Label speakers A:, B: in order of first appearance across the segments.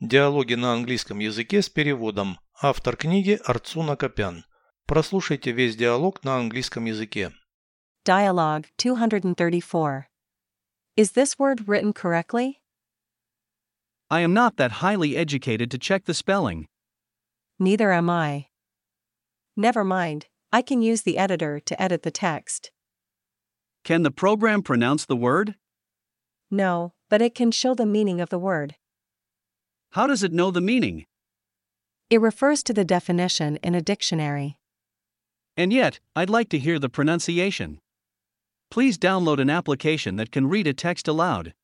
A: Диалоги на английском языке с переводом. Автор книги Арцуна Копян. Прослушайте весь диалог на английском языке.
B: Dialogue 234. Is this word written correctly?
C: I am not that highly educated to check the spelling.
B: Neither am I. Never mind, I can use the editor to edit the text.
C: Can the program pronounce the word?
B: No, but it can show the meaning of the word.
C: How does it know the meaning?
B: It refers to the definition in a dictionary.
C: And yet, I'd like to hear the pronunciation. Please download an application that can read a text aloud.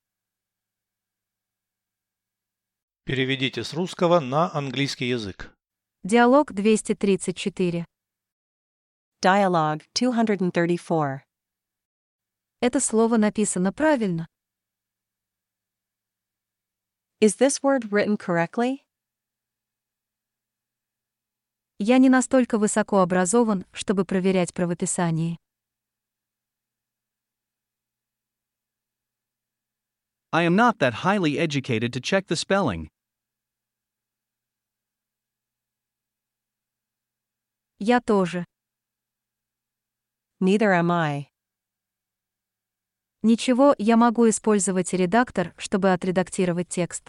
A: Переведите с русского на английский язык.
D: Диалог 234.
B: Dialogue 234.
D: Это слово написано правильно.
B: Is this word written correctly?
D: Я не настолько высоко образован, чтобы проверять правописание.
C: I am not that highly educated to check the spelling.
D: Я тоже.
B: Neither am I.
D: Ничего, я могу использовать редактор, чтобы отредактировать текст.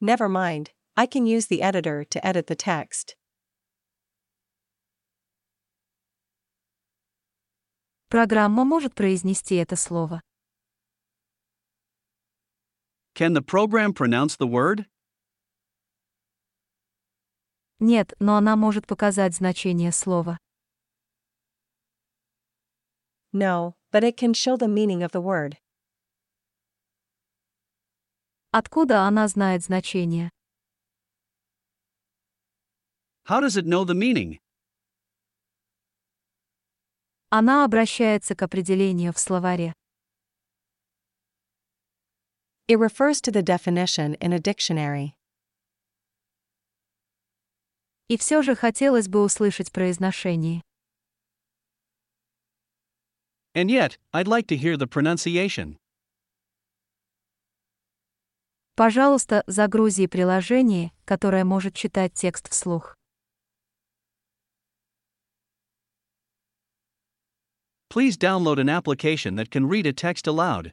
B: Never mind, I can use the editor to edit the text.
D: Программа может произнести это слово.
C: Can the program pronounce the word?
D: Нет, но она может показать значение слова.
B: No, but it can show the meaning of the word.
D: Откуда она знает значение?
C: How does it know the meaning?
D: Она обращается к определению в словаре.
B: It refers to the definition in a dictionary.
D: И все же хотелось бы услышать произношение.
C: And yet, I'd like to hear the pronunciation.
D: Пожалуйста, загрузи приложение, которое может читать текст вслух.
C: Please download an application that can read a text aloud.